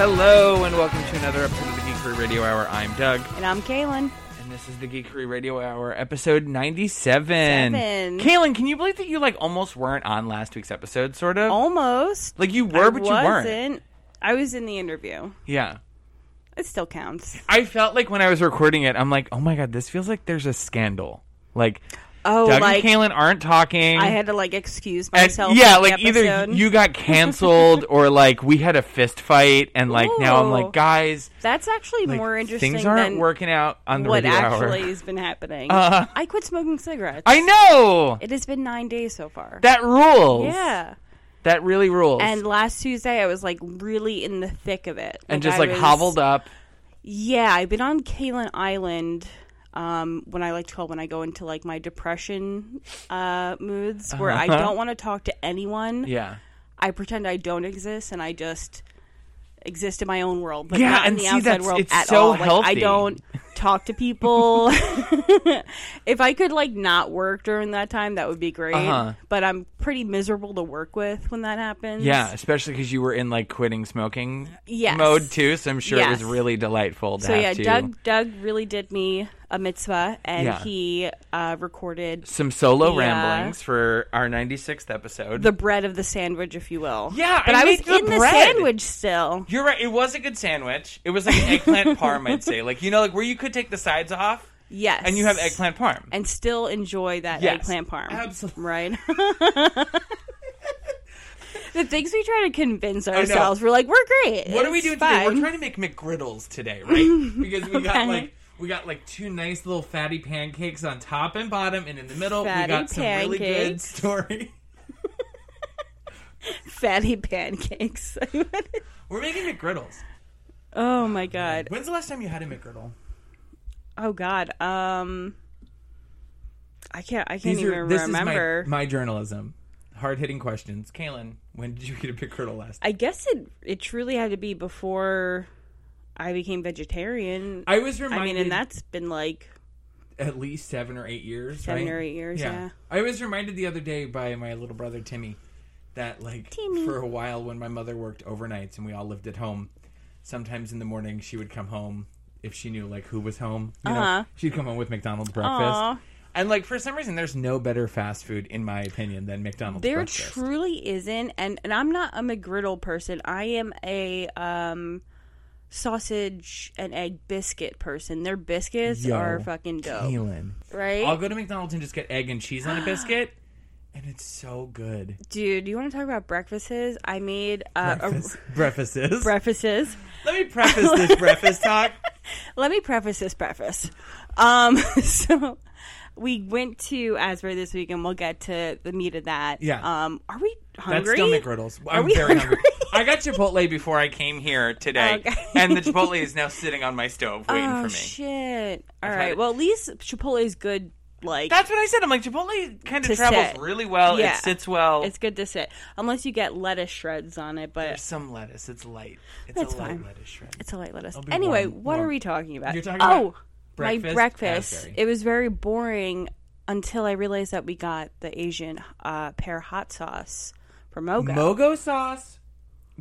Hello and welcome to another episode of the Geekery Radio Hour. I'm Doug, And I'm Kaylin. and this is the Geekery Radio Hour, episode ninety-seven. Seven. Kaylin, can you believe that you like almost weren't on last week's episode? Sort of. Almost. like you were, but you Oh, I weren't. wasn't. I was in the interview. Yeah. It still counts. I felt like when I was recording it, I'm like, oh my god, this feels like there's a scandal. Like Oh, Doug like and Kaylin aren't talking. I had to like excuse and, myself. yeah, from the like either episode. you got canceled or like we had a fist fight, and like now I'm Ooh. like, guys, That's actually like, more interesting things aren't than working out on the what radio actually hour. has been happening. Uh. I quit smoking cigarettes. I know It has been nine days so far. that rules. yeah. that really rules. And last Tuesday, I was like really in the thick of it. And just I like was- hobbled up. Yeah, I've been on Kalin Island. Um, when I like to call when I go into like my depression uh, moods where I don't want to talk to anyone. Uh-huh. Yeah. I pretend I don't exist and I just exist in my own world, but Yeah, not in and the see, outside that's- world it's at so all. Like, I healthy. don't talk to people. if I could like not work during that time, that would be great. Uh-huh. But I'm pretty miserable to work with when that happens. Yeah, especially because you were in like quitting smoking Yes. mode too, so I'm sure it was Yes. really delightful to So have yeah, to Doug Doug really did me a mitzvah, and Yeah. he uh, recorded some solo Yeah. ramblings for our 96th episode. the bread of the sandwich, if you will. Yeah, but I I, was make the in the bread. sandwich still. You're right. It was a good sandwich. It was like an eggplant parm, I'd say. Like you know, like where you could take the sides off Yes, and you have eggplant parm. and still enjoy that Yes. eggplant parm. Absolutely. Right? the things we try to convince know. ourselves, we're like, we're great. what are we It's doing today? fine. We're trying to make McGriddles today, right? Because we got Okay. like we got like two nice little fatty pancakes on top and bottom, and in the middle Fatty we got some really good pancakes. story. Fatty pancakes. We're making McGriddles. oh my god. When's the last time you had a McGriddle? Oh god. Um, I can't. I can't These even are, this remember. is my, my journalism. Hard hitting questions. Kaylin, when did you get a McGriddle last? I guess it it truly had to be before I became vegetarian. I, I was reminded. mean, and that's been like at least seven or eight years. Seven right? or eight years, yeah. I was reminded the other day by my little brother Timmy that, like, Timmy. for a while when my mother worked overnights and we all lived at home, sometimes in the morning she would come home if she knew like who was home. You Uh-huh. know, she'd come home with McDonald's breakfast. Aw. And like for some reason, there's no better fast food, in my opinion, than McDonald's. There breakfast. truly isn't, and and I'm not a McGriddle person. I am a um sausage and egg biscuit person. Their biscuits Yo, are fucking dope, Kaylin. right? I'll go to McDonald's and just get egg and cheese on a biscuit, and it's so good. Dude, you want to talk about breakfasts? I made uh, Breakfast, A, breakfasts. breakfasts. Let me preface this breakfast talk. Let me preface this preface. Um, so we went to Asbury this week, and we'll get to the meat of that. Yeah. Um, are we That's hungry? still McGriddles. I'm we very hungry. hungry? I got Chipotle before I came here today, Okay. and the Chipotle is now sitting on my stove waiting oh for me. shit! All I've had right. it. Well, at least Chipotle is good. Like That's what I said. I'm like Chipotle kind To of travels sit. really well. Yeah. It sits well. It's good to sit, unless you get lettuce shreds on it, but There's some lettuce. It's light. It's That's a light fine. lettuce shred. it's a light lettuce. be Anyway, warm, what warm. are we talking about? You're talking oh, about breakfast, my breakfast. Asbury. It was very boring until I realized that we got the Asian uh, pear hot sauce from Mogo. Mogo sauce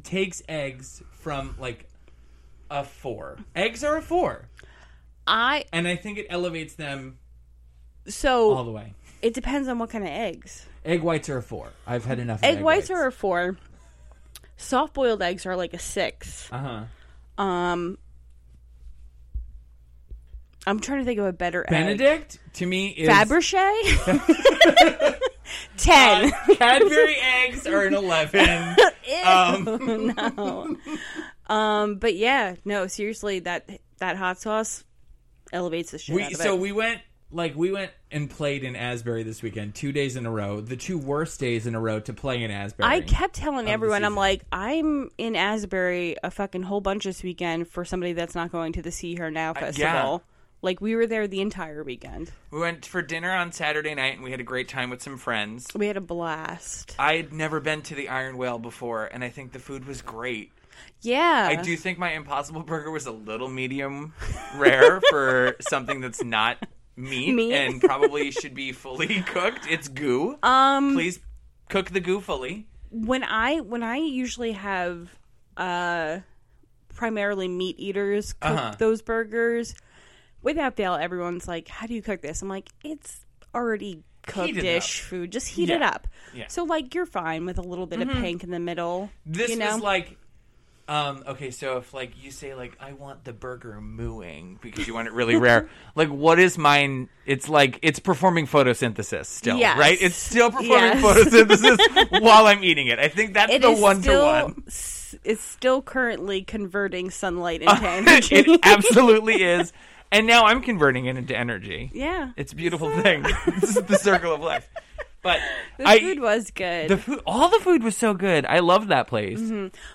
takes eggs from like a four. Eggs are a four, I and I think it elevates them all so the way. it depends on what kind of eggs. Egg whites are a four. I've had enough. of Egg, whites are a four. Soft boiled eggs are like a six. uh huh. Um, I'm trying to think of a better egg. Benedict to me is Fabergé? 10. Um, Cadbury eggs are an 11. Um, no. um, but yeah, no, seriously, that that hot sauce elevates the shit out we, of so it. we went like we went and played in Asbury this weekend, two days in a row, the two worst days in a row to play in Asbury. I kept telling everyone, I'm season. like, I'm in Asbury a fucking whole bunch this weekend for somebody that's not going to the See Her Uh, Now festival. Like we were there the entire weekend. We went for dinner on Saturday night and we had a great time with some friends. We had a blast. I had never been to the Iron Whale before, and I think the food was great. Yeah, I do think my Impossible Burger was a little medium rare for something that's not meat, Meat. and probably should be fully cooked. It's goo. Um, please cook the goo fully. when I when I usually have uh primarily meat eaters cook Uh-huh. those burgers. With Appdale, everyone's like, "How do you cook this?" I'm like, "It's already Heat it cooked-ish food. Just heat it Yeah. up." Yeah. Mm-hmm. So like, you're fine with a little bit of pink in the middle. This you know? is like, um, okay, so if like you say like I want the burger mooing because you want it really rare, like what is mine? It's like it's performing photosynthesis still, Yes. right? It's still performing Yes. photosynthesis while I'm eating it. I think that's It the is one to still one. s- it's still currently converting sunlight into energy. It absolutely is, and now I'm converting it into energy. yeah, It's a beautiful thing. this is the circle of life. But the I, food was good. Mm-hmm. the food, all the food was so good. I loved that place.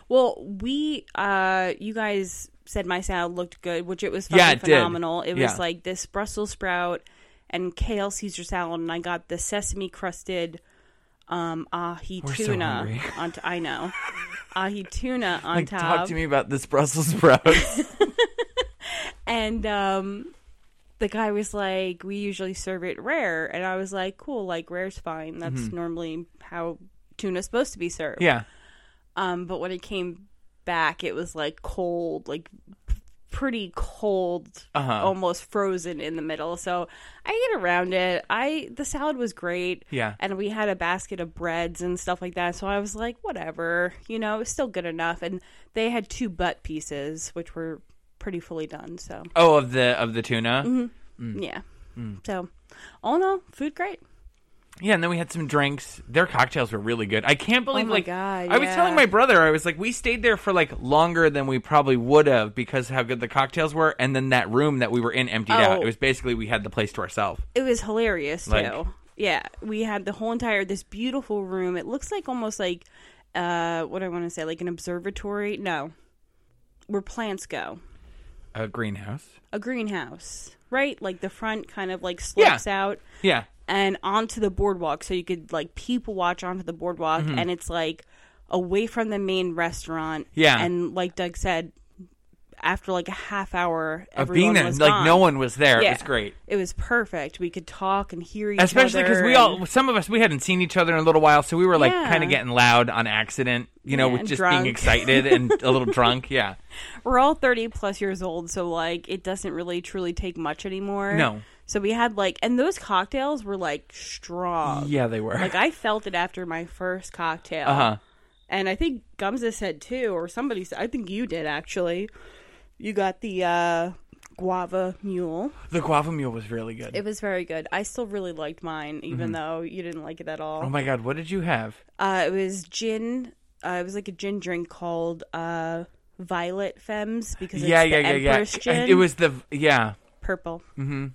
Well, we, uh, you guys said my salad looked good, which it was fucking Yeah, it did. phenomenal. It Yeah. was like this Brussels sprout and kale Caesar salad, and I got the sesame crusted um, ahi so tuna. hungry. on t- I know ahi tuna on Like, top, talk to me about this Brussels sprouts. and um, the guy was like, "We usually serve it rare," and I was like, "Cool, like rare's fine. That's Mm-hmm. normally how tuna's supposed to be served." yeah. Um, but when it came back, it was like cold, like p- pretty cold, Uh-huh. almost frozen in the middle. So I get around it. I the salad was great. Yeah. and we had a basket of breads and stuff like that. So I was like, whatever, you know, it's still good enough. And they had two butt pieces, which were pretty fully done. So Oh, of the of the tuna. Mm-hmm. Mm. yeah, so all in all, food great. Yeah, and then we had some drinks. Their cocktails were really good. I can't believe Oh my like God, I was yeah. telling my brother, I was like, we stayed there for like longer than we probably would have because how good the cocktails were, and then that room that we were in emptied out. Oh. It was basically we had the place to ourselves. It was hilarious Like- too. Yeah, we had the whole entire this beautiful room. It looks like almost like uh what I want to say like an observatory. No. Where plants go. A greenhouse. A greenhouse, right? Like the front kind of like slopes out Yeah. and onto the boardwalk so you could like people watch onto the boardwalk Mm-hmm. and it's like away from the main restaurant. Yeah. And like Doug said after like a half hour Of everyone being there, was like no gone. one was there. It Yeah. was great. It was perfect. We could talk and hear each Especially other. because we and- all, some of us, we hadn't seen each other in a little while, so we were like Yeah. kind of getting loud on accident, you know, Yeah, with just drunk. being excited and a little drunk. Yeah. we're all 30 plus years old so like it doesn't really truly take much anymore No. so we had like and those cocktails were like strong Yeah, they were. uh, like i felt it after my first cocktail Uh huh. and i think gumza said too or somebody said i think you did actually you got the uh guava mule The guava mule was really good. it was very good i still really liked mine Mm-hmm. even though you didn't like it at all oh my god, what did you have? uh it was gin uh, it was like a gin drink called uh violet femmes because it's yeah, the yeah, yeah, yeah. Empress gin. It was Mm-hmm. the yeah. purple. Mm-hmm.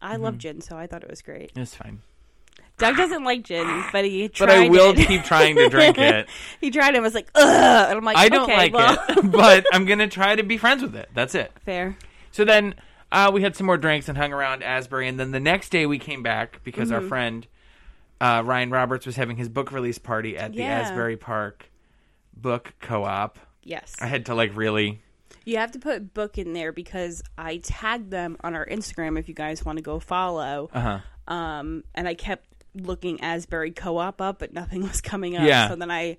I love gin, so I thought it was great. It's fine, Doug doesn't like gin, but he tried but I will it. keep trying to drink it. he tried it and was like, ugh. And I'm like, I don't okay, like well, it, but I'm gonna try to be friends with it. That's it. fair. So then uh, we had some more drinks and hung around Asbury, and then the next day we came back because Mm-hmm. our friend uh, Ryan Roberts was having his book release party at Yeah. the Asbury Park Book Co-op. Yes. I had to like really. You have to put book in there because I tagged them on our Instagram if you guys want to go follow. Uh-huh. Um, and I kept looking Asbury Co op up, but nothing was coming up. Yeah. So then I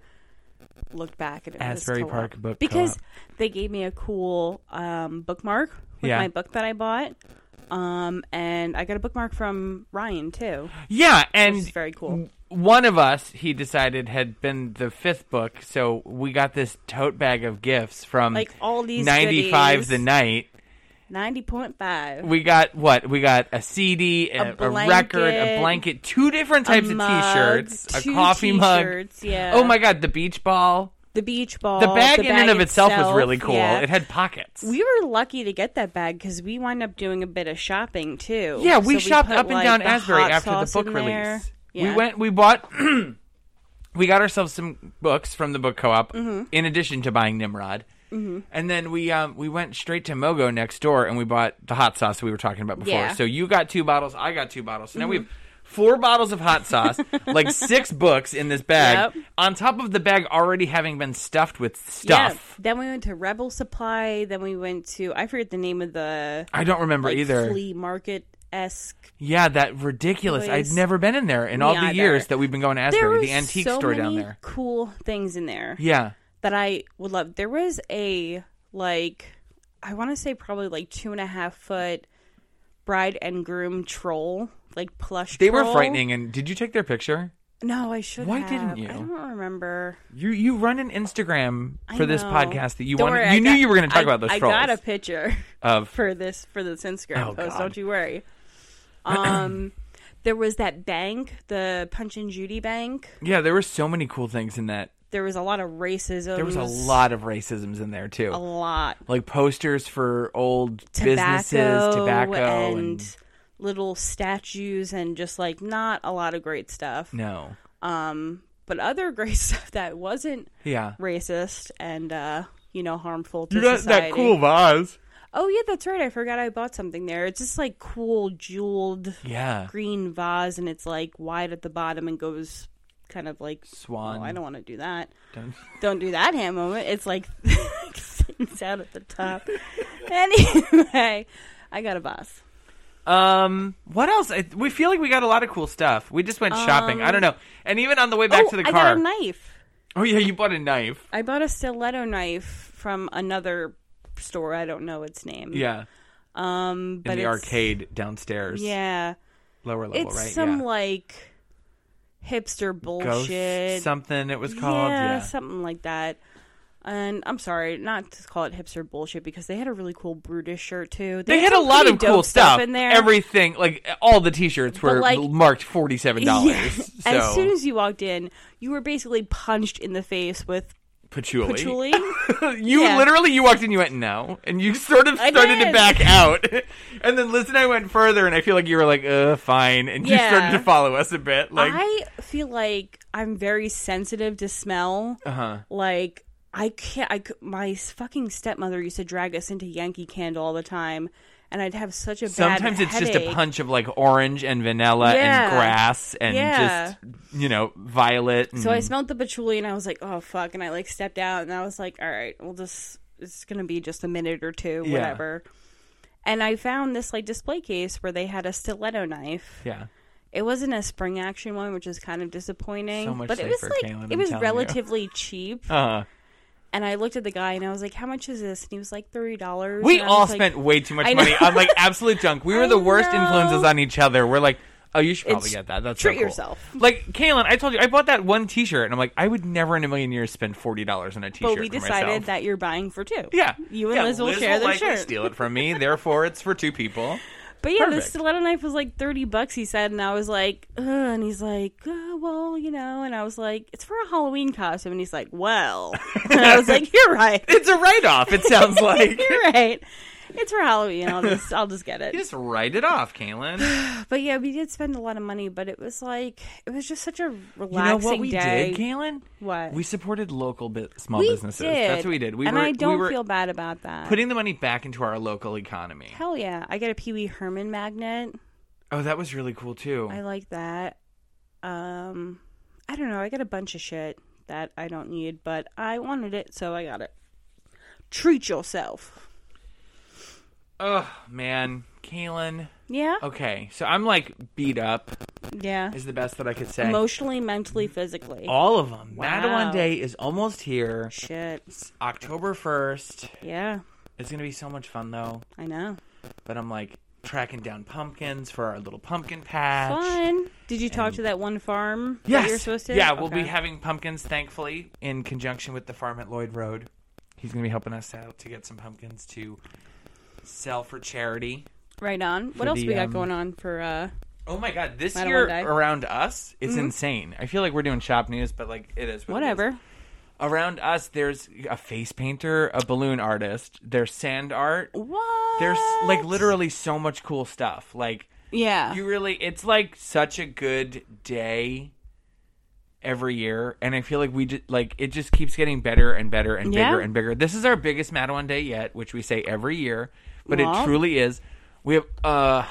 looked back and it Asbury was co-op. Park Book because Co-op. they gave me a cool um, bookmark with Yeah. my book that I bought. Um, and I got a bookmark from Ryan too, Yeah, which and is very cool. one of us he decided had been the fifth book so we got this tote bag of gifts from Like all these 95 goodies. the night Ninety point five. we got what we got a cd a, a record a blanket, blanket two different types of t-shirts a coffee mug Yeah. oh my god the beach ball The beach ball. the bag in and of itself, was Oh, itself, really cool yeah. it had pockets we were lucky to get that bag because we wind up doing a bit of shopping too. yeah we So shopped put, up and like, down the asbury hot after the sauce book in release there. we Yeah. went we bought we got ourselves some books from the book co-op Mm-hmm. in addition to buying Nimrod. And then we um, we went straight to Mogo next door and we bought the hot sauce we were talking about before. Yeah. Mm-hmm. So you got two bottles, I got two bottles. So now we have four bottles of hot sauce, like six books in this bag, Yep. on top of the bag already having been stuffed with Yeah. stuff. Then we went to Rebel Supply. Then we went to I forget the name of the I don't remember like, either. flea market esque. Yeah, that ridiculous. Place. I'd never been in there in all the either. years that we've been going to There Asbury, were the antique so store many down there. cool things in there Yeah. that I would love. There was a like I want to say probably like two and a half foot bride and groom troll, like plush. They were troll. frightening. And did you take their picture? No, I should. Why have. didn't you? I don't remember. You you run an Instagram I for this know. podcast that you Don't wanted. worry, I you knew got- you were going to talk I- about those I trolls. got a picture of for this for this Instagram Oh, post. God. Don't you worry. Um, there was that bank, the Punch and Judy bank. yeah, there were so many cool things in that. There was a lot of racism. There was a lot of racisms in there too. a lot like posters for old tobacco, businesses, tobacco, and, and little statues, and just like not a lot of great stuff. no, Um, but other great stuff that wasn't yeah, racist and uh, you know harmful to society. that cool vase. Oh yeah, that's right. I forgot I bought something there. It's just like cool jeweled Yeah, green vase, and it's like wide at the bottom and goes kind of like. swan. Oh, I don't want to do that. Don't- Don't do that hand moment. It's like things out at the top. anyway, I got a vase. Um, what else? I, we feel like we got a lot of cool stuff. We just went shopping. I don't know. And even on the way back Um, oh, to the I car. got a knife. oh yeah, you bought a knife. I bought a stiletto knife from another store. I don't know its name. Yeah, Um, but in the it's- arcade downstairs. Yeah. lower level, It's right? some yeah. like hipster Ghost bullshit. something it was called. yeah, Yeah. something like that. And I'm sorry, not to call it hipster bullshit because they had a really cool Brutus shirt too. They had a some lot pretty of cool dope stuff in there. Everything, like all the T-shirts, were like- marked forty-seven dollars. Yeah. So As soon as you walked in, you were basically punched in the face with patchouli, patchouli. you Yeah. literally you walked in, you went no, and you sort of I started to did. back out, and then Liz and I went further, and I feel like you were like, uh, fine, and you Yeah. started to follow us a bit, like, I feel like I'm very sensitive to smell. uh huh, like I can't. I c- my fucking stepmother used to drag us into Yankee Candle all the time, and I'd have such a bad. Sometimes it's just a headache. punch of like orange and vanilla and Yeah. grass and Yeah. just you know violet. And So I smelled the patchouli, and I was like, "Oh fuck!" And I like stepped out, and I was like, "All right, we'll just it's gonna be just a minute or two, Yeah. whatever." And I found this like display case where they had a stiletto knife. yeah, It wasn't a spring action one, which is kind of disappointing. So much but it was safer, like Kaylin, it I'm was telling you. relatively cheap. uh, And I looked at the guy and I was like, "How much is this?" And he was like, 30 dollars." we all spent way too much I know. money on like absolute junk. We were I the worst know. influences on each other. We're like. Oh, you should probably It's- get that. That's so treat cool. yourself. Like Kaylin, I told you I bought that one T-shirt, and I'm like, I would never in a million years spend forty dollars on a T-shirt. But we for decided myself. that you're buying for two. Yeah, You and Yeah, Liz will share their likely shirt. Steal it from me. Therefore, it's for two people. But yeah, Perfect. the stiletto knife was like thirty bucks. He said, and I was like, Ugh, and he's like, oh, well, you know, and I was like, it's for a Halloween costume, and he's like, well, and I was like, you're right, It's a write-off. It sounds like you you're right. It's for Halloween. I'll just, I'll just get it. just write it off, Kaylin. But yeah, we did spend a lot of money, but it was like, it was just such You a know relaxing what we day. did, Kaylin? What? We supported local bit, small We businesses. did. That's what we did. We and were, I don't we were feel bad about that. putting the money back into our local economy. Hell yeah! I got a Pee Wee Herman magnet. Oh, that was really cool too. I like that. Um, I don't know. I got a bunch of shit that I don't need, but I wanted it, so I got it. Treat yourself. oh man, Kaylin. Yeah. Okay, so I'm like beat up Yeah. is the best that I could say. Emotionally, mentally, physically. All of them. Madeline Wow. Day is almost here. Shit. It's October first. Yeah. It's gonna be so much fun though. I know. but I'm like tracking down pumpkins for our little pumpkin patch. Fun. Did you talk to that one farm that Yes. you're supposed to? Yeah, we'll be Okay. having pumpkins, thankfully, in conjunction with the farm at Lloyd Road. He's going to be helping us out to get some pumpkins to sell for charity. right on. for What else the, we got um, going on for? uh Oh my God, this Not a year one day. Mm-hmm. around us, it's insane. I feel like we're doing shop news, but like it is. what it is. Whatever. Around us, there's a face painter, a balloon artist, there's sand art. What? There's like literally so much cool stuff. Like, Yeah. you really it's like such a good day every year and i feel like we just like it just keeps getting better and better and Yeah. bigger and bigger this is our biggest madawan day yet which we say every year but it Wow. truly is we have uh,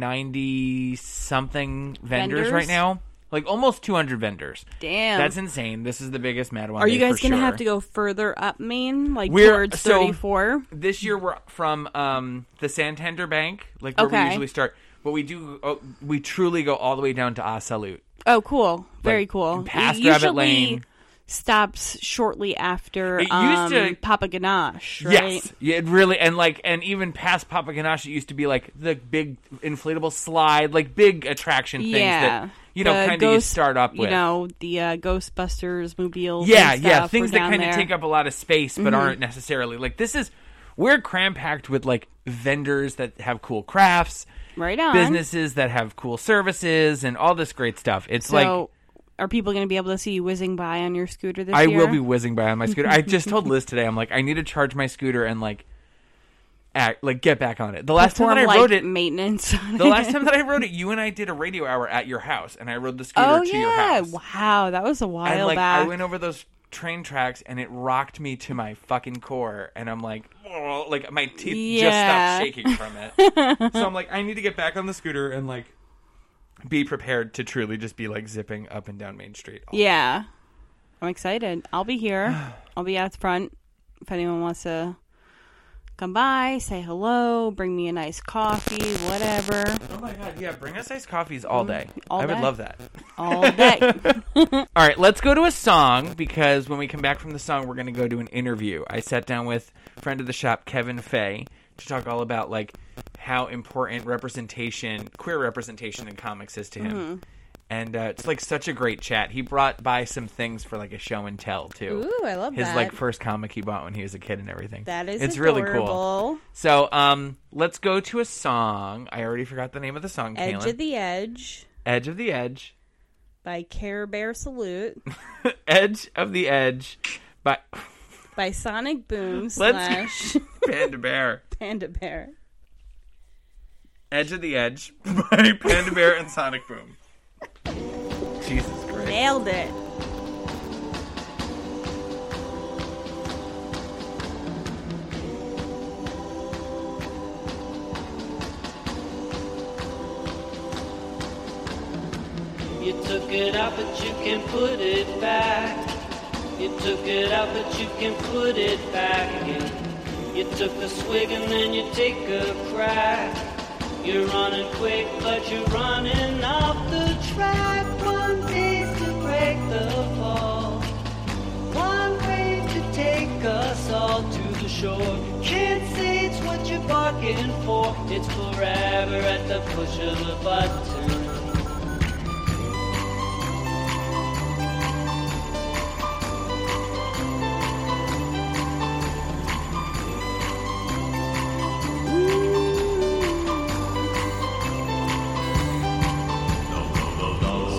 190 something vendors, Vendors? right now like almost 200 vendors Damn. that's insane this is the biggest madawan Are you Day guys for gonna sure. have to go further up Maine, like We're- towards so- thirty-four? this year we're from um, the santander bank like where we Okay. usually start but we do oh, we truly go all the way down to ah salute Oh, cool. Very Like, cool. past You Rabbit usually Lane. stops shortly after It used um, to- Papa Ganache, right? Yes, yeah, it really and like and even past Papa Ganache, it used to be like the big inflatable slide, like big attraction things Yeah. that you know The kind of you ghost- start up You with. know, the uh, Ghostbusters mobiles. yeah, and yeah, stuff things that were down kind of there. Mm-hmm. take up a lot of space but aren't necessarily like this is we're cram packed with like vendors that have cool crafts, Right on. businesses that have cool services and all this great stuff. It's So, like are people going to be able to see you whizzing by on your scooter this I year? will be whizzing by on my scooter. I just told Liz today, I'm like, I need to charge my scooter and like, act like get back on it. The last time Perform, that I like, rode it, maintenance. on the it. last time that I rode it, you and I did a radio hour at your house, and I rode the scooter Oh to yeah! your house. Wow, that was a while And like, back. I went over those train tracks, and it rocked me to my fucking core, and I'm like, "Oh," like my teeth just Yeah. stopped shaking from it. so I'm like, I need to get back on the scooter and like. Be prepared to truly just be like zipping up and down Main Street. Oh all Yeah. I'm excited. I'll be here. I'll be out front if anyone wants to come by, say hello, bring me a nice coffee, whatever. Oh my god, yeah, bring us iced coffees all day. Mm, all I would day. love that. All day. All right, let's go to a song because when we come back from the song, we're going to go to an interview. I sat down with friend of the shop Kevin Fay to talk all about like how important representation, queer representation in comics is to him. Mm-hmm. And uh, it's like such a great chat. He brought by some things for like a show and tell too. Ooh, I love His that. like first comic he bought when he was a kid and everything. that is it's really cool. adorable. So um, let's go to a song. I already forgot the name of the song. Edge Kaylin. of the Edge Edge of the Edge. by Care Bear Salute Edge of the Edge by by Sonic Boom slash Panda Bear. Panda Bear. Edge of the Edge by Panda Bear and Sonic Boom. Jesus Christ. Nailed it. You took it out, but you can put it back. You took it out, but you can put it back in. You took a swig and then you take a crack. You're running quick, but you're running off the track. One piece to break the fall. One way to take us all to the shore. Can't say it's what you're barking for. It's forever at the push of a button.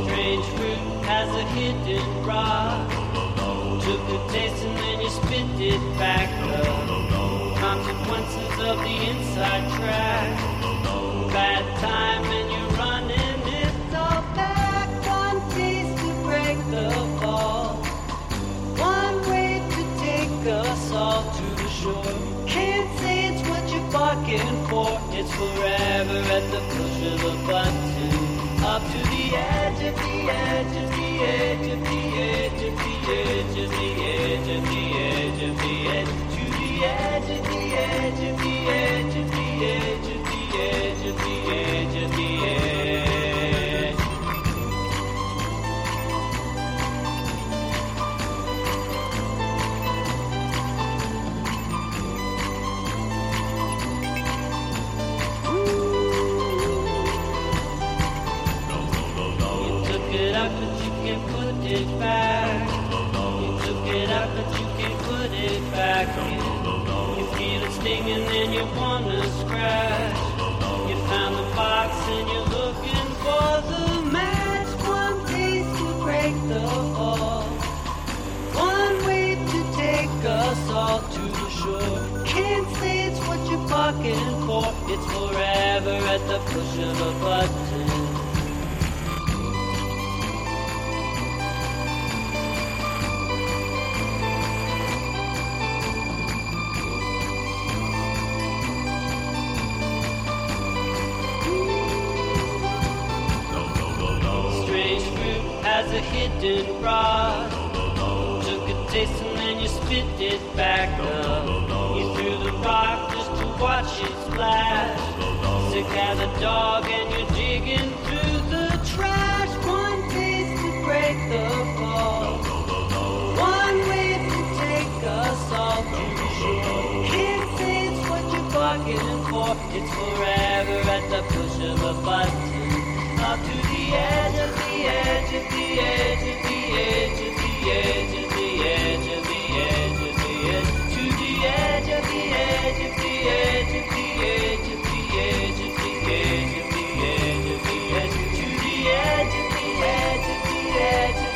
Strange fruit has a hidden rock. Took a taste and then you spit it back up. Consequences of the inside track. Bad time and you're running it all back. One piece to break the fall. One way to take us all to the shore. Can't say it's what you're barking for. It's forever at the push of a button. Up to the edge, of the edge, of the edge, of the edge, of the edge, of the edge, of the edge, of the edge, to the edge, of the edge, of the edge, of the edge, of the edge, of the edge, of the edge. You took it out, but you can put it back. You took it out, but you can put it back. in. You feel it stinging and you wanna scratch. You found the box and you're looking for the match. One piece to break the fall. One way to take us all to the shore. Can't say it's what you're barking for. It's forever at the push of a button. Strange fruit has a hidden rod. Took a taste and then you spit it back up. You threw the rock just to watch it splash. Sick as a dog and you're digging through the trash. One piece to break the fall. door. It's forever at the push of a button. Up to the edge of the edge of the edge of the edge of the edge of the edge of the edge of the edge to the edge of the edge of the edge of the edge of the edge of the edge of the edge of the edge to the edge of the edge of the edge of the edge of the edge of the edge of the edge of the edge to the edge of the edge of the edge of the edge of the edge of the edge of the edge.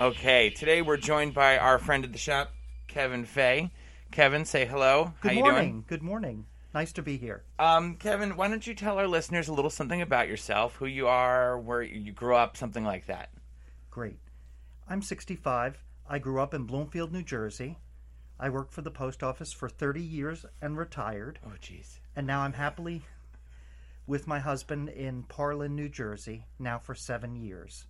Okay, today we're joined by our friend at the shop, Kevin Fay. Kevin, say hello. Good How you morning. doing? Good morning. Nice to be here. Um, Kevin, why don't you tell our listeners a little something about yourself, who you are, where you grew up, something like that. Great. I'm 65. I grew up in Bloomfield, New Jersey. I worked for the post office for 30 years and retired. Oh, jeez. And now I'm happily with my husband in Parlin, New Jersey, now for seven years.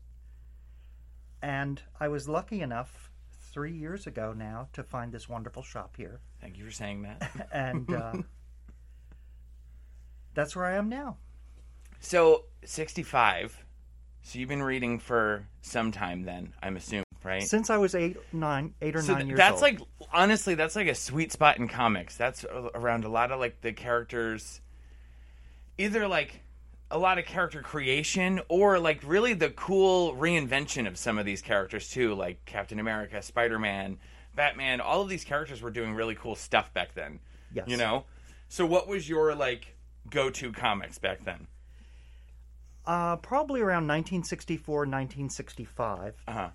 And I was lucky enough three years ago now to find this wonderful shop here. Thank you for saying that. And uh, that's where I am now. so, 65. So you've been reading for some time then, I'm assuming, right? Since I was eight, nine, eight or so nine th- years that's old. like honestly that's like a sweet spot in comics that's a- around a lot of like the characters either like a lot of character creation or like really the cool reinvention of some of these characters too like captain america spider-man batman all of these characters were doing really cool stuff back then Yes. you know so what was your like go-to comics back then Uh, probably around 1964, 1965. uh-huh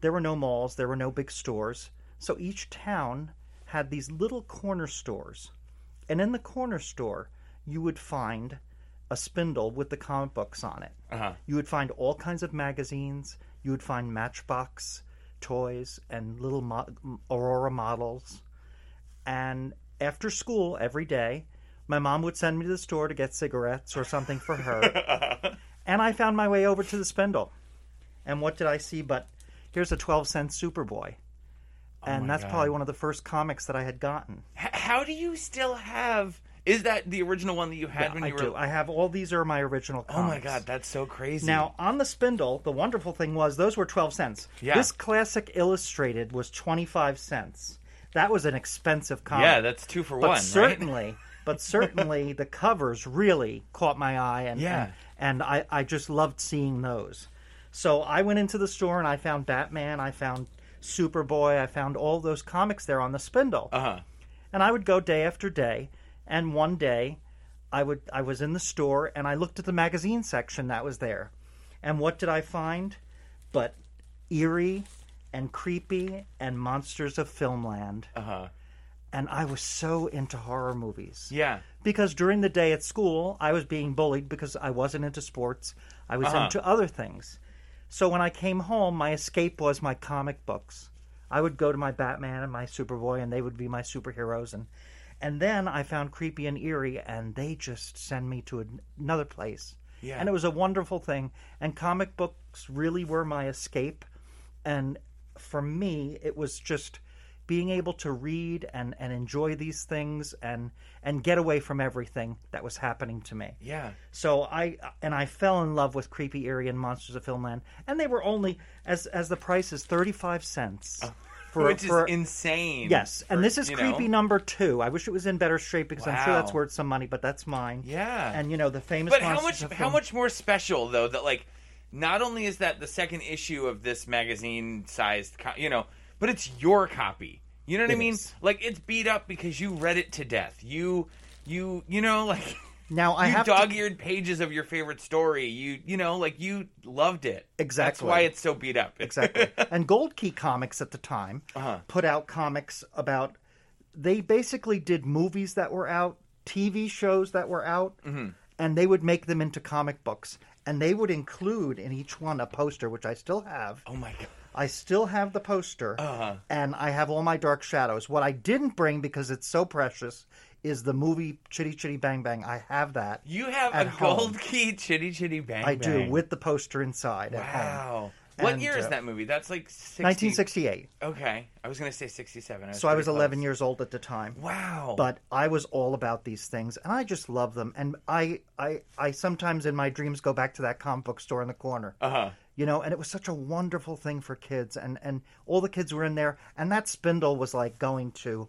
There were no malls, there were no big stores. So each town had these little corner stores. And in the corner store, you would find a spindle with the comic books on it. uh-huh You would find all kinds of magazines, you would find Matchbox toys and little mo- Aurora models. And after school, every day, my mom would send me to the store to get cigarettes or something for her. And I found my way over to the spindle. And what did I see but here's a 12 cent Superboy. And that's probably one of the first comics that I had gotten. H- how do you still have is that the original one that you had when I you were do. I have all these are my original comics. Oh my god, that's so crazy. Now, on the spindle, the wonderful thing was those were 12 cents. Yeah. This classic illustrated was 25 cents. That was an expensive comic. Yeah, that's two for but one. right? certainly, but certainly the covers really caught my eye, and Yeah. and, and I, I just loved seeing those. So I went into the store and I found Batman, I found Superboy, I found all those comics there on the spindle, Uh-huh. and I would go day after day, and one day. I would I was in the store and I looked at the magazine section that was there. And what did I find? But eerie and creepy and monsters of filmland. Uh-huh. And I was so into horror movies. Yeah. Because during the day at school, I was being bullied because I wasn't into sports. I was Uh-huh. into other things. So when I came home, my escape was my comic books. I would go to my Batman and my Superboy, and they would be my superheroes. And, and then I found Creepy and Eerie, and they just send me to an, another place. Yeah. And it was a wonderful thing. And comic books really were my escape. And for me, it was just being able to read and, and enjoy these things and and get away from everything that was happening to me. Yeah. So I and I fell in love with Creepy Eerie and Monsters of Filmland, and they were only as as the price is thirty five cents for Oh. Which is for- insane. Yes, for- and this is you creepy know. number two. I wish it was in better shape because I'm sure Wow. that's worth some money, but that's mine. Yeah. and you know the famous. But how much Monsters of how Film- much more special though that like not only is that the second issue of this magazine sized, co- you know, but it's your copy. You know what I It mean? is. Like it's beat up because you read it to death. You, you, you know, like Now I you have to- dog-eared pages of your favorite story. You, you know, like you loved it. That's Exactly. why it's so beat up. exactly. and Gold Key Comics at the time Uh-huh. put out comics about. They basically did movies that were out, TV shows that were out, Mm-hmm. and they would make them into comic books. And they would include in each one a poster, which I still have. oh Uh-huh. my god. I still have the poster, and I have all my Dark Shadows. What I didn't bring because it's so precious is the movie Chitty Chitty Bang Bang. I have that. You have At a home. gold key, chitty chitty bang. I bang. do with the poster inside at home. Wow. What And, year is uh, that movie? That's like 60... 1968. Okay, I was gonna say sixty-seven. So I was pretty 11 close. years old at the time. Wow. But I was all about these things, and I just love them. And I, I, I sometimes in my dreams go back to that comic book store in the corner. Uh-huh. You know, and it was such a wonderful thing for kids, and and all the kids were in there, and that spindle was like going to,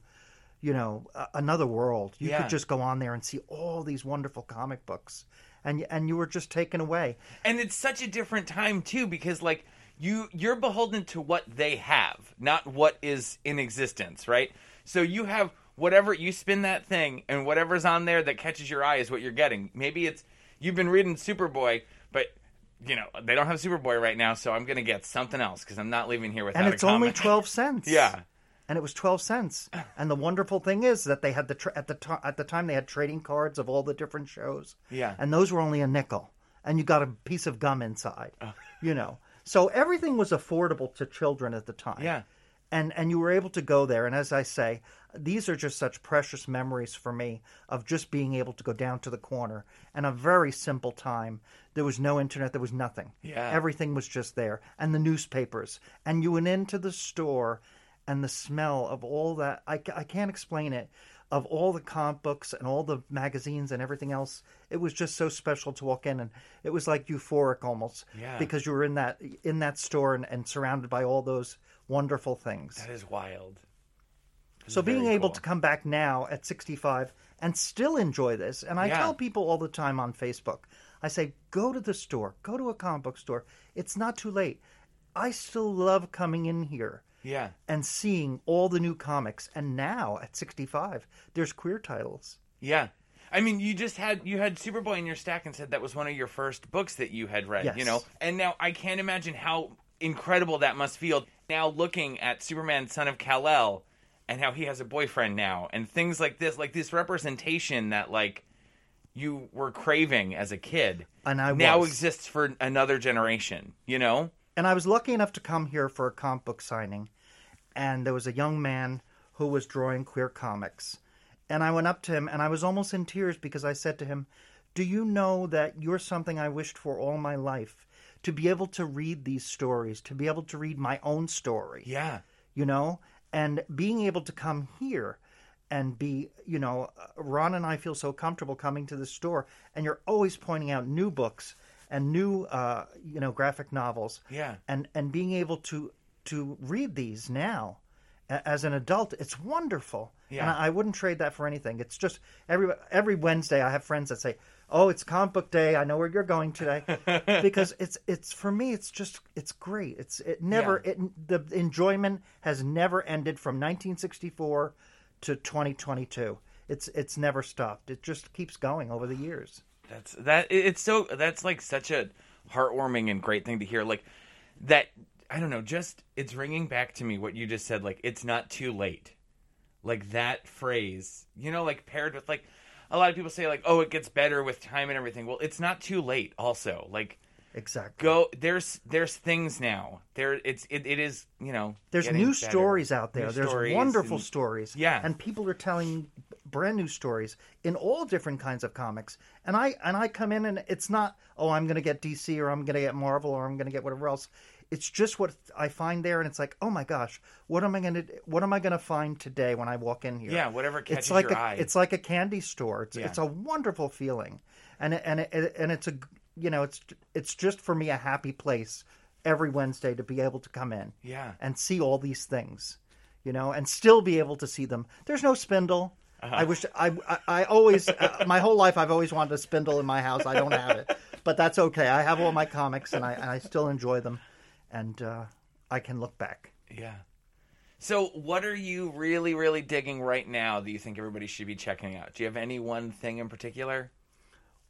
you know, a, another world. You Yeah. could just go on there and see all these wonderful comic books, and and you were just taken away. and it's such a different time too because like you you're beholden to what they have not what is in existence right so you have whatever you spin that thing and whatever's on there that catches your eye is what you're getting maybe it's you've been reading superboy but you know they don't have superboy right now so i'm gonna get something else because i'm not leaving here without and it's a only comic. 12 cents Yeah. and it was 12 cents and the wonderful thing is that they had the tra- at the ti at the time they had trading cards of all the different shows Yeah. and those were only a nickel and you got a piece of gum inside you know so everything was affordable to children at the time Yeah. and and you were able to go there and as i say these are just such precious memories for me of just being able to go down to the corner and a very simple time there was no internet there was nothing Yeah. everything was just there and the newspapers and you went into the store and the smell of all that i, ca- I can't explain it of all the comic books and all the magazines and everything else it was just so special to walk in and it was like euphoric almost Yeah. because you were in that in that store and, and surrounded by all those wonderful things that is wild so being very able cool. to come back now at 65 and still enjoy this, and I Yeah. tell people all the time on Facebook, I say, go to the store, go to a comic book store. It's not too late. I still love coming in here yeah and seeing all the new comics. And now at 65, there's queer titles. Yeah. I mean, you just had you had Superboy in your stack and said that was one of your first books that you had read, you Yes. know. And now I can't imagine how incredible that must feel now looking at Superman Son of Kal-El and how he has a boyfriend now and things like this, like this representation that like you were craving as a kid And I now was. exists for another generation, you know? And I was lucky enough to come here for a comic book signing, and there was a young man who was drawing queer comics. And I went up to him, and I was almost in tears because I said to him, Do you know that you're something I wished for all my life? To be able to read these stories, to be able to read my own story Yeah. you know and being able to come here and be you know ron and i feel so comfortable coming to the store and you're always pointing out new books and new uh, you know graphic novels Yeah. and and being able to to read these now a- as an adult it's wonderful Yeah. and I, I wouldn't trade that for anything it's just every every wednesday i have friends that say oh it's comic book day i know where you're going today because it's it's for me it's just it's great it's it never Yeah. it the enjoyment has never ended from 1964 to 2022 it's it's never stopped it just keeps going over the years That's that. it- It's so that's like such a heartwarming and great thing to hear. Like that. I don't know. Just it's ringing back to me what you just said. Like it's not too late. Like that phrase. You know, like paired with like a lot of people say like, oh, it gets better with time and everything. Well, it's not too late. Also, like exactly go there's there's things now. There it's it, it is you know there's getting new better. stories out there New there's stories wonderful and- stories Yeah. and people are telling b- brand new stories in all different kinds of comics and i and i come in and it's not oh i'm going to get dc or i'm going to get marvel or i'm going to get whatever else it's just what i find there and it's like oh my gosh what am i going to what am i going to find today when i walk in here Yeah, whatever catches it's like your a, eye. it's like a candy store it's, Yeah. it's a wonderful feeling and it- and it, and it's a you know it's it's just for me a happy place every wednesday to be able to come in Yeah. and see all these things, you know, and still be able to see them. There's no spindle. Uh-huh. I wish I I, I always uh, my whole life I've always wanted a spindle in my house. I don't have it, but that's okay. I have all my comics and I and I still enjoy them, and uh, I can look back. Yeah. So, what are you really, really digging right now that you think everybody should be checking out? Do you have any one thing in particular?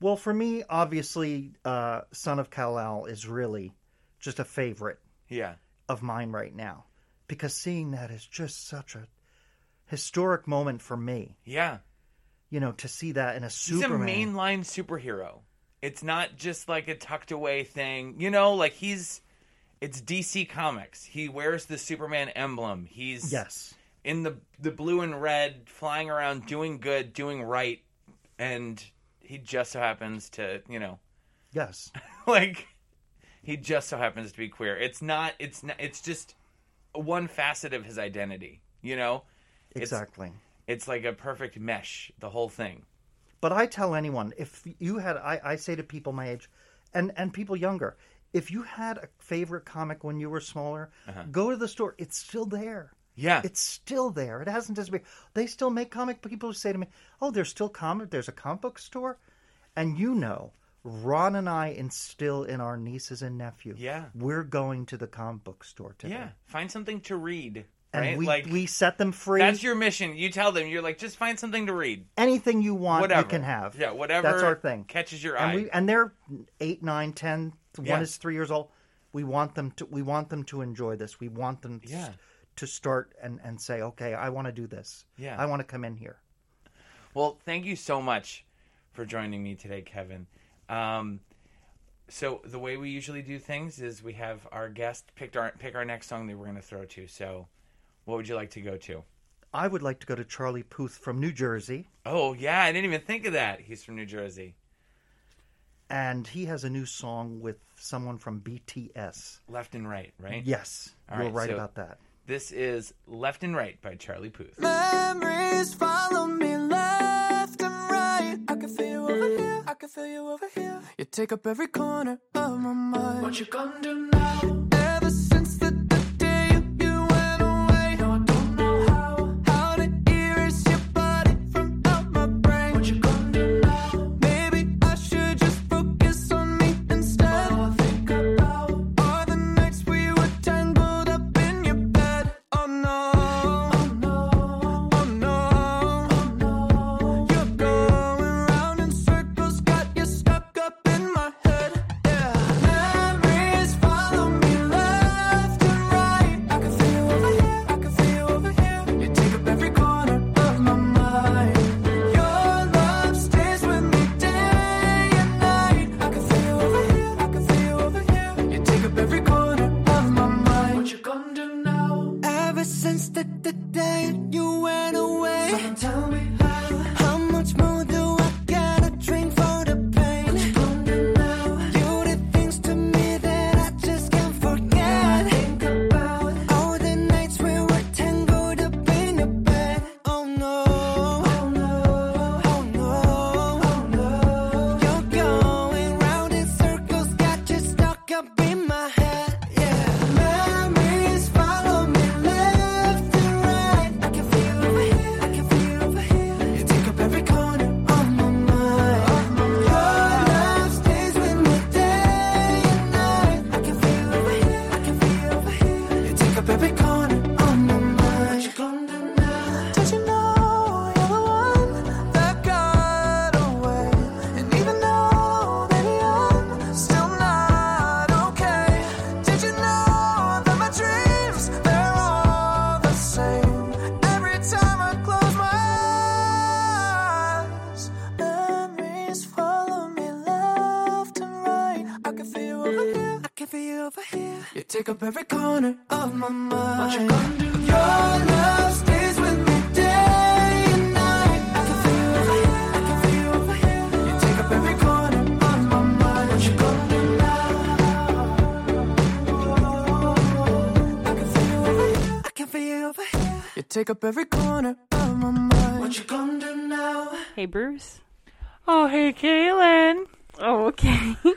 Well, for me, obviously, uh, Son of Kal El is really just a favorite Yeah. of mine right now because seeing that is just such a historic moment for me. Yeah. You know, to see that in a He's Superman. a mainline superhero. It's not just like a tucked away thing. You know, like he's. It's DC Comics. He wears the Superman emblem. He's Yes. in the the blue and red, flying around, doing good, doing right, and he just so happens to, you know, Yes. like he just so happens to be queer. It's not. It's not. It's just one facet of his identity. You know, Exactly. it's like a perfect mesh. The whole thing. But I tell anyone if you had, I, I say to people my age, and and people younger, if you had a favorite comic when you were smaller, Uh-huh. go to the store. It's still there. Yeah. It's still there. It hasn't disappeared. They still make comic. People say to me, "Oh, there's still comic. There's a comic book store," and you know, Ron and I instill in our nieces and nephew. Yeah. we're going to the comic book store today. yeah. Find something to read. and Right. we like we set them free. that's your mission. You tell them. You're like, just find something to read. Anything you want, Whatever you can have. Yeah. Whatever. That's our thing. Catches your eye. and we and they're eight, nine, ten. Yeah. One is three years old. We want them to we want them to enjoy this. We want them to, Yeah. to start and and say, okay, I want to do this. Yeah. I want to come in here. Well, thank you so much for joining me today, Kevin. Um, so the way we usually do things is we have our guest picked our pick our next song that we're going to throw to. So, what would you like to go to? I would like to go to Charlie Puth from New Jersey, Oh yeah, I didn't even think of that. He's from New Jersey. and he has a new song with someone from BTS. Left and right, right? Yes, All you're right, right so- about that. This is Left and Right by Charlie Puth. Memories follow me left and right. I can feel you over here. I can feel you over here. You take up every corner of my mind. What you gonna do now? Ever since the, the day you, you went away, now I don't know how how to erase your body from out my brain. What you gonna do now? Maybe I should just focus on me instead. All I think about are the nights we were tangled up in your bed. Oh no. Oh no. Oh no. You're going round in circles, got you stuck up in my head. Yeah. Memories follow me left and right. I can feel you over here. I can feel you over here. You take up every corner of my mind. Your love stays with me day and night. I can feel you over here. I can feel you over here. You take up every corner of my mind. What you gonna do now? Ever since the, the day you went away. Someone tell me how. How much more do I gotta drink for the pain? What you gonna do now? You did things to me that I just can't forget. I think about all the nights we were tangled up in your bed. Oh no. Oh no. Oh no. Oh no. You're going round in circles, got you stuck up in my head. Yeah. Memories follow me left and right. I can feel over here. I can feel over here. You take up every corner of my mind. Your love stays with me day and night. I can feel over here. I can feel over here. You take up every corner of my mind. What you gonna do now? Did you know you're the one that got away? And even though maybe I'm still not okay, did you know that my dreams they're all the same? Every time I close my eyes, memories follow me left and right. I can feel you over here. I can feel you over here. You take up every corner of my mind. What you gonna do? Your love stays with me day and night. I can feel you over here. I can feel you over here. You take up every corner of my mind. What you gonna do now? I can feel you over here. I can feel you over here. You take up every corner of my mind. What you gonna do now? Hey, Bruce. Oh, hey, Kaylin. Oh, okay.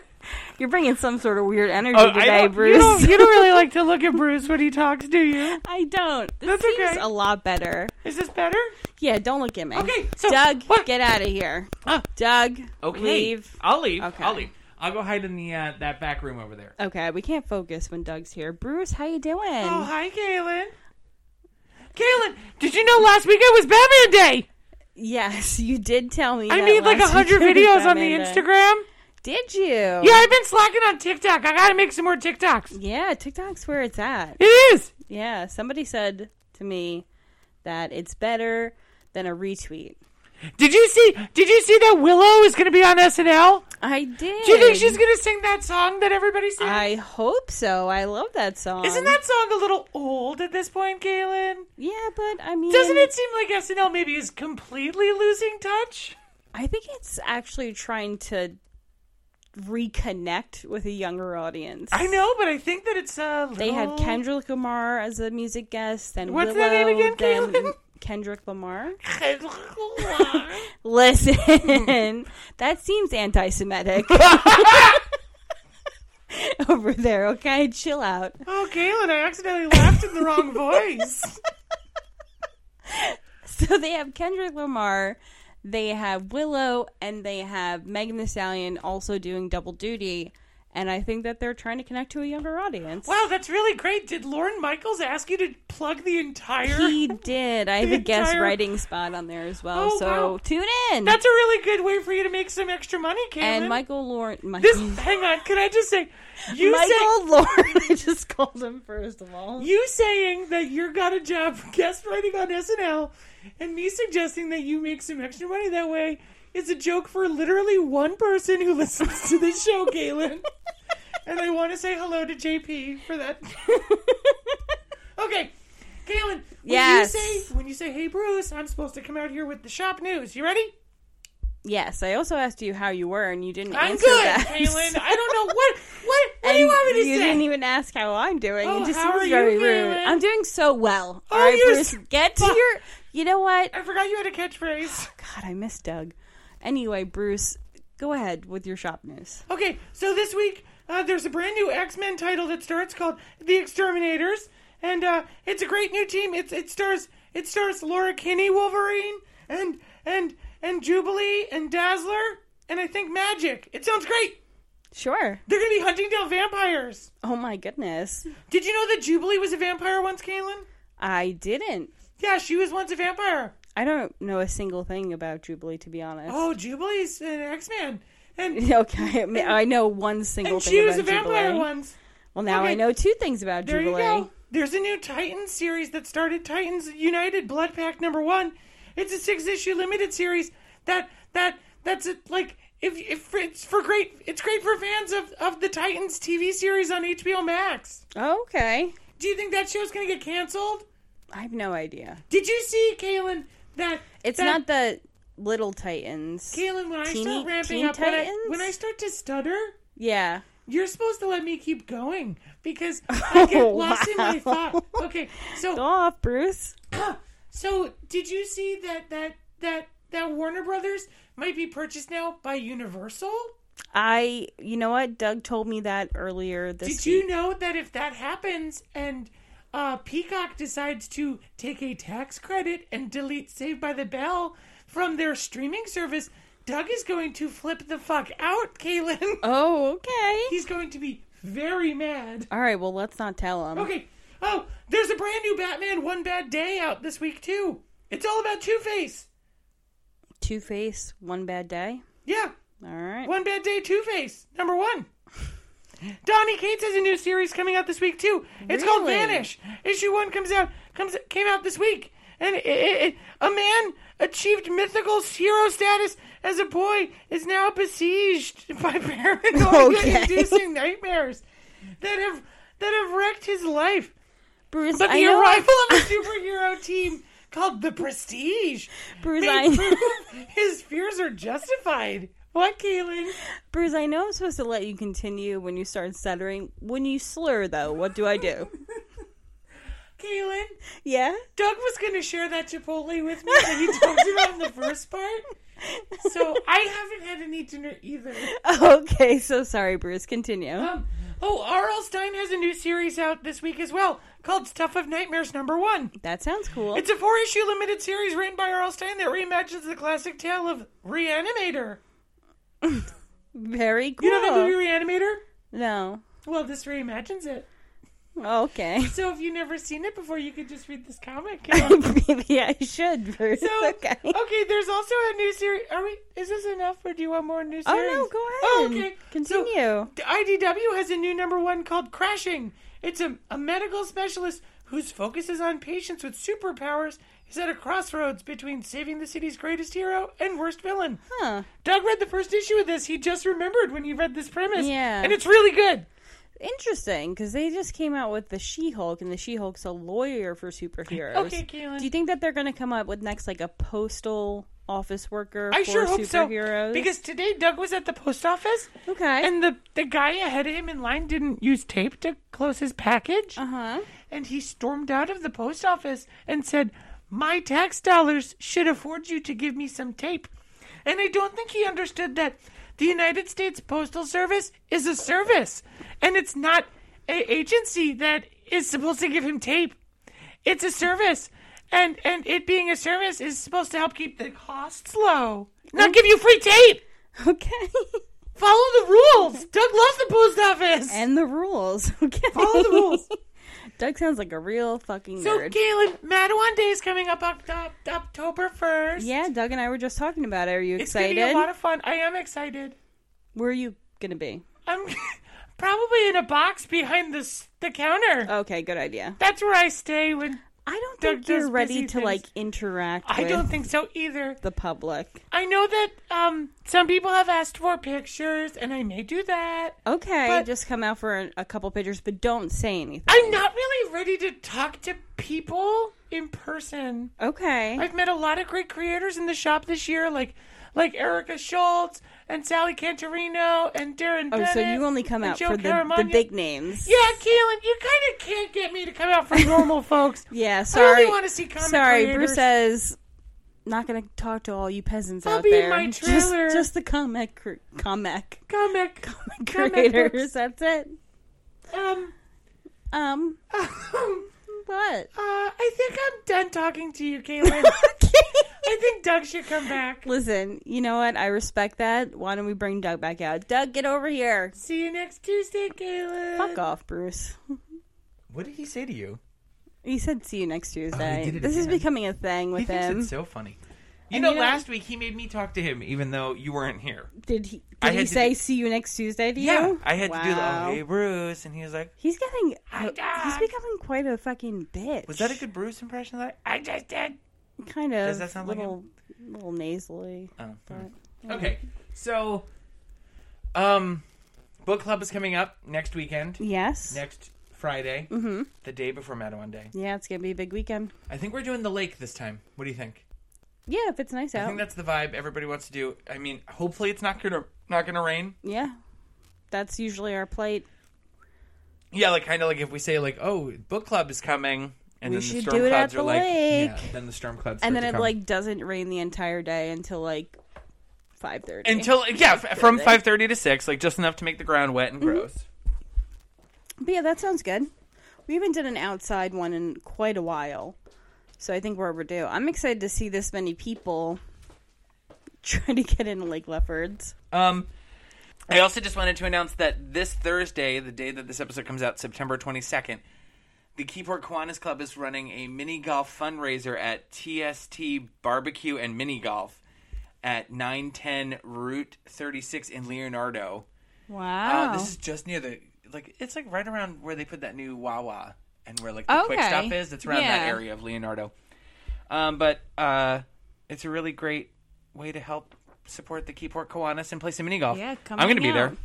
You're bringing some sort of weird energy Oh, I today, don't- Bruce. You don't, you don't really like to look at Bruce when he talks, do you? I don't. This That's seems okay. a lot better. Is this better? Yeah, don't look at me. Okay, so, Doug, what- get out of here. Ah. Doug, Okay. leave. I'll leave. Okay. I'll leave. I'll go hide in the uh, that back room over there. Okay, we can't focus when Doug's here. Bruce, how you doing? Oh, hi, Kaylin. Kaylin, did you know last week I was Batman Day? Yes, you did tell me. I that made like a last hundred weekend was videos on the Batman Day. Instagram. Did you? Yeah, I've been slacking on TikTok. I gotta make some more TikToks. Yeah, TikTok's where it's at. It is. Yeah, somebody said to me that it's better than a retweet. Did you see? Did you see that Willow is gonna be on SNL? I did. Do you think she's gonna sing that song that everybody sings? I hope so. I love that song. Isn't that song a little old at this point, Kaylin? Yeah, but I mean, Doesn't it seem like SNL maybe is completely losing touch? I think it's actually trying to reconnect with a younger audience. I know, but I think that it's uh. They had little- Kendrick Lamar as a music guest, then What's Willow, that name again, then Caitlin? Kendrick Lamar. Kendrick. Listen, that seems anti-Semitic over there. Okay, chill out. Oh, Kaylin, I accidentally laughed in the wrong voice. So they have Kendrick Lamar, they have Willow, and they have Megan Thee Stallion also doing double duty. And I think that they're trying to connect to a younger audience. Wow, that's really great. Did Lauren Michaels ask you to plug the entire? He did. I have The a guest entire- writing spot on there as well. Oh, so wow. tune in. That's a really good way for you to make some extra money, Kaylin. and Michael Lauren. Michael, This, hang on, can I just say, you say, Michael Lauren. I just called him first of all. you saying that you got a job for guest writing on SNL, and me suggesting that you make some extra money that way is a joke for literally one person who listens to this show, Kaylin. and I want to say hello to JP for that. Okay, Kaylin. When Yes. You say, when you say, "Hey, Bruce," I'm supposed to come out here with the shop news. You ready? yes, I also asked you how you were, and you didn't I'm answer good, that. Kaylin. I don't know what what what do you And want me to you say. didn't e- even ask how I'm doing. Oh, it just how seems are you very rude. doing? I'm doing so well. Oh, All right, you're Bruce, s- get to fuck. your. You know what? I forgot you had a catchphrase. God, I miss Doug. Anyway, Bruce, go ahead with your shop news. Okay, so this week uh, there's a brand new X Men title that starts called The Exterminators, and uh, it's a great new team. It's it stars it stars Laura Kinney Wolverine and and and Jubilee and Dazzler and I think Magic. It sounds great. Sure. They're gonna be hunting down vampires. Oh my goodness, Did you know that Jubilee was a vampire once, Caitlin? I didn't. Yeah, she was once a vampire. I don't know a single thing about Jubilee, to be honest. Oh, Jubilee's an X Man, and Okay, I, mean, I know one single and thing she was a about vampire Jubilee. once. Well, now I Okay. know two things about There Jubilee. you go. There's a new Titans series that started Titans United Blood Pack number one. It's a six issue limited series that that that's it, like if if it's for great it's great for fans of of the Titans TV series on HBO Max. Okay, Do you think that show's gonna get canceled? I have no idea. Did you see, Caitlin? That It's that- not the Little Titans. Caitlin, when I Teeny- start ramping Teen up, when I, Titans? when I start to stutter, Yeah. you're supposed to let me keep going because I get Oh, lost in my wow. thought. Okay, Go so off, Bruce. so did you see that that that that Warner Brothers might be purchased now by Universal? I, you know what? Doug told me that earlier this Did you week. know that if that happens and uh, Peacock decides to take a tax credit and delete Saved by the Bell from their streaming service, Doug is going to flip the fuck out, Caitlin. Oh, okay. He's going to be very mad. All right. Well, let's not tell him. Okay. Oh, there's a brand new Batman One Bad Day out this week too. It's all about Two Face. Two Face, one bad day. Yeah, All right. One Bad Day, Two Face, number one. Donnie Cates has a new series coming out this week too. It's called Really? Vanish. Issue one comes out comes came out this week, and it, it, it- a man achieved mythical hero status as a boy is now besieged by Okay. paranoia-inducing nightmares that have that have wrecked his life. Bruce, But I the know. arrival of a superhero team called the Prestige Bruce, made I, proof his fears are justified. What, Kaylin? Bruce, I know I'm supposed to let you continue when you start stuttering. When you slur, though, what do I do? Kaylin, Yeah. Doug was going to share that Chipotle with me that he talked about in the first part. So I haven't had any dinner either. okay, so sorry, Bruce. Continue. Um, oh, R.L. Stein has a new series out this week as well called Stuff of Nightmares Number One. That sounds cool. It's a four issue limited series written by R.L. Stein that reimagines the classic tale of Reanimator. Very cool. You know that movie Reanimator? no. Well, this reimagines it. Okay. So if you've never seen it before, you could just read this comic. you know? Maybe I should, Bruce. So, uh, okay. there's also a new series. Are we? Is this enough, or do you want more new series? Oh no, go ahead. Oh, okay. Continue. So, IDW has a new number one called Crashing. It's a, a medical specialist whose focus is on patients with superpowers. Is at a crossroads between saving the city's greatest hero and worst villain. huh. Doug read the first issue of this. He just remembered when he read this premise. Yeah. and it's really good. Interesting, because they just came out with the She-Hulk, and the She-Hulk's a lawyer for superheroes. Okay, Kaylin. Do you think that they're going to come up with next, like a postal office worker I for sure hope so. superheroes? Because today Doug was at the post office. Okay. And the, the guy ahead of him in line didn't use tape to close his package. uh huh. And he stormed out of the post office and said, My tax dollars should afford you to give me some tape. And I don't think he understood that the United States Postal Service is a service. And it's not an agency that is supposed to give him tape. It's a service. And and it being a service is supposed to help keep the costs low. Not give you free tape. Okay. Follow the rules. Doug loves the post office. and the rules. Okay. Follow the rules. Doug sounds like a real fucking So, nerd. Galen, Madawan Day is coming up Oct- October 1st. yeah, Doug and I were just talking about it. Are you It's excited? going to be a lot of fun. I am excited. Where are you gonna be? I'm probably in a box behind the, s- the counter. Okay, good idea. That's where I stay when. I don't Doug think you're does ready busy to things. like interact I with don't think so either. the public. I know that um, some people have asked for pictures, and I may do that. Okay, But- just come out for a, a couple pictures, but don't say anything. I'm not really ready to talk to people in person. Okay. I've met a lot of great creators in the shop this year, like like Erica Schultz and Sally Cantorino and Darren. oh, Bennett so you only come and out Joe for the, the Caramagna. big names. Yeah, Keelan, you kind of can't get me to come out for normal folks. Yeah, I only sorry. wanna see comic sorry, creators. Bruce says not going to talk to all you peasants I'll out be in there. my Just- trailer. Just, the comic cr- comic Comic, comic creators. That's it. books. Um, Um, um, what? uh, I think I'm done talking to you, Keelan. I think Doug should come back. Listen, you know what? I respect that. Why don't we bring Doug back out? Doug, get over here. See you next Tuesday, Keelan. Fuck off, Bruce. What did he say to you? Oh, He said, "See you next Tuesday." did it this is again. becoming a thing He with thinks him. it's so funny. You And know, you know- last week he made me talk to him, even though you weren't here. Did he? I Did he had to say, do- "See you next Tuesday"? To you? I had to do the Wow. oh, hey Bruce, and he was like, He's getting. uh, He's Doug. becoming quite a fucking bitch. "Was that a good Bruce impression?" That I just did. kind of? Does that sound like little, little nasally? Oh. but- Okay, so, um, book club is coming up next weekend, Yes. next Friday, mm-hmm. the day before Madawan Day. Yeah, it's gonna be a big weekend. I think we're doing the lake this time. What do you think? Yeah, if it's nice I think out. that's the vibe everybody wants to do. I mean, hopefully it's not gonna not gonna rain. Yeah, that's usually our plate. Yeah, like kind of like if we say like, "Oh, book club is coming," and then the We should storm do it at clouds the are like, yeah, lake. then the storm clouds, and start then to it come. like doesn't rain the entire day until like five thirty. until yeah, f- from five thirty to six, like just enough to make the ground wet and Mm-hmm. gross. But yeah, that sounds good. We haven't done an outside one in quite a while. So I think we're overdue. I'm excited to see this many people trying to get into Lake Leopards. Um, I also just wanted to announce that this Thursday, the day that this episode comes out, September 22nd, the Keyport Kiwanis Club is running a mini golf fundraiser at TST Barbecue and Mini Golf at 910 Route 36 in Leonardo. Wow. Uh, Oh. this is just near the, like, it's like right around where they put that new Wawa and where, like, the quick Okay. stop is. It's around that Yeah. area of Leonardo. Um, but uh, it's a really great way to help support the Keyport Kiwanis and play some mini golf. Yeah, come I'm gonna hang be there. out.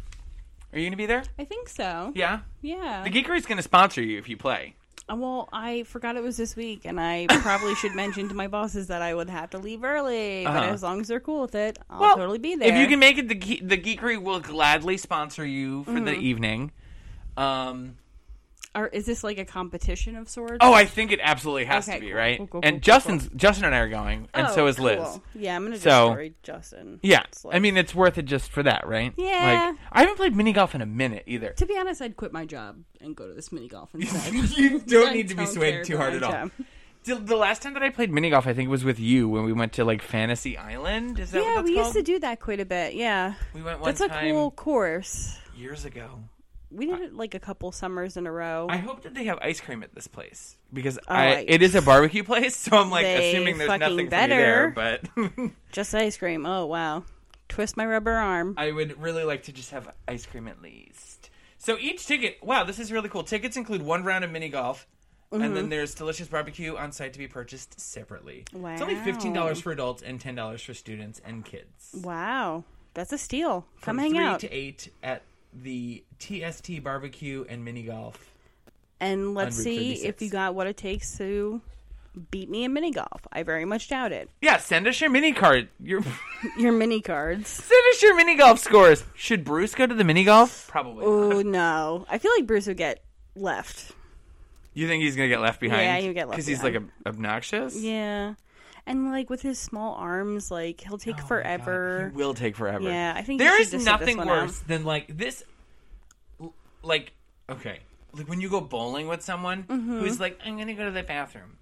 Are you going to be there? I think so. Yeah. Yeah. The Geekery's going to sponsor you if you play. Uh, Well, I forgot it was this week, and I probably should mention to my bosses that I would have to leave early. But Uh-huh. as long as they're cool with it, I'll totally be there. If you can make it, the Ge- Mm-hmm. the Geekery will gladly sponsor you for the evening. Um, or is this like a competition of sorts? Oh, I think it absolutely has Okay, to be cool, right. cool, cool, cool, and cool, Justin's Justin and I are going, and Oh, so is Liz. cool. Yeah, I'm gonna just So- story Justin. Yeah, It's like- I mean it's worth it just for that, right? Yeah. Like I haven't played mini golf in a minute either. to be honest, I'd quit my job and go to this mini golf instead. you don't I need to be don't care swayed too about hard at my all. job. The, the last time that I played mini golf, I think it was with you when we went to like Fantasy Island. Is that what Yeah, that's we called? used to do that quite a bit. Yeah, We went one that's a time cool course. years ago. We did it like a couple summers in a row. I hope that they have ice cream at this place because Oh, I, I- it is a barbecue place, so I'm like They assuming there's fucking nothing for me there. better. But Just ice cream. Oh wow, twist my rubber arm. I would really like to just have ice cream at least. So each ticket, wow, this is really cool. Tickets include one round of mini golf, and Mm-hmm. then there's delicious barbecue on site to be purchased separately. It's only Wow. fifteen dollars for adults and ten dollars for students and kids. Wow, that's a steal. Come From hang three out to eight at the TST barbecue and mini golf. and let's on Route see 36. if you got what it takes to beat me in mini golf. I very much doubt it. Yeah, send us your mini card. Your Your mini cards. send us your mini golf scores. Should Bruce go to the mini golf? Probably. Oh no, I feel like Bruce would get left. You think he's gonna get left behind? Yeah, he'll get left because he's like behind. ob- obnoxious. Yeah. And like with his small arms, like he'll Oh take forever. It will take forever. Yeah, I think you there should is just sit this nothing one worse than like this. l- Like okay, like when you go bowling with someone Mm-hmm. who's like, "I'm gonna go to the bathroom.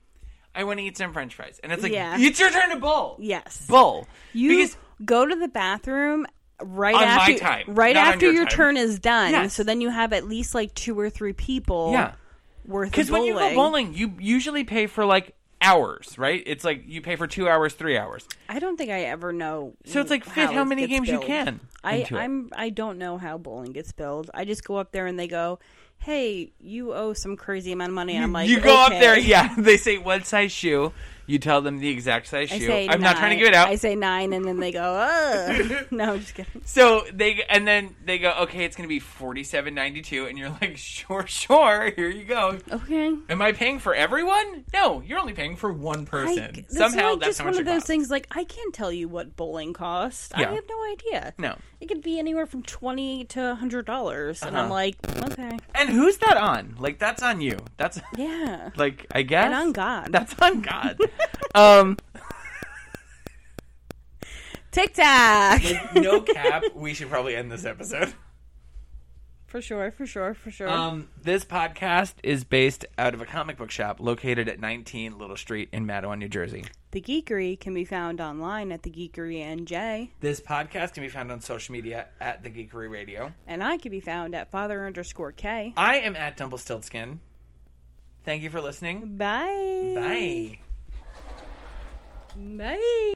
I want to eat some French fries," and it's like, Yeah. "It's your turn to bowl." Yes. bowl. you because go to the bathroom right On my after time, right not on after your your time. turn is done. Yes. So then you have at least like two or three people yeah, worth of because when bowling. you go bowling, you usually pay for like hours, right? It's like you pay for two hours, three hours. I don't think I ever know. So it's like fit how it many gets games you billed. can I into it. I'm I don't know how bowling gets billed. I just go up there and they go, "Hey, you owe some crazy amount of money." And I'm like, you go "Okay." up there, yeah. They say what size shoe. You tell them the exact size I shoe. say I'm not trying to nine. give it out. I say nine, and then they go, "Ugh." no, I'm just kidding. so they and then they go, okay, it's going to be forty-seven ninety-two, and you're like, sure, sure, here you go. Okay. Am I paying for everyone? No, you're only paying for one I, person. this Somehow, is like that's just how one much of it those costs. things. Like I can't tell you what bowling costs. Yeah. I have no idea. No. it could be anywhere from twenty to hundred dollars, and I'm Uh-huh. like, okay, And who's that on? Like, that's on you. That's yeah, like, I guess. and on God, That's on God. um, Tic Tac, no cap. We should probably end this episode. for sure, for sure, for sure. Um, this podcast is based out of a comic book shop located at 19 Little Street in Mattawan, New Jersey. the Geekery can be found online at the Geekery NJ, This podcast can be found on social media at The Geekery Radio. and I can be found at Father underscore K. I am at Dumblestiltskin. Thank you for listening. Bye. Bye. Bye.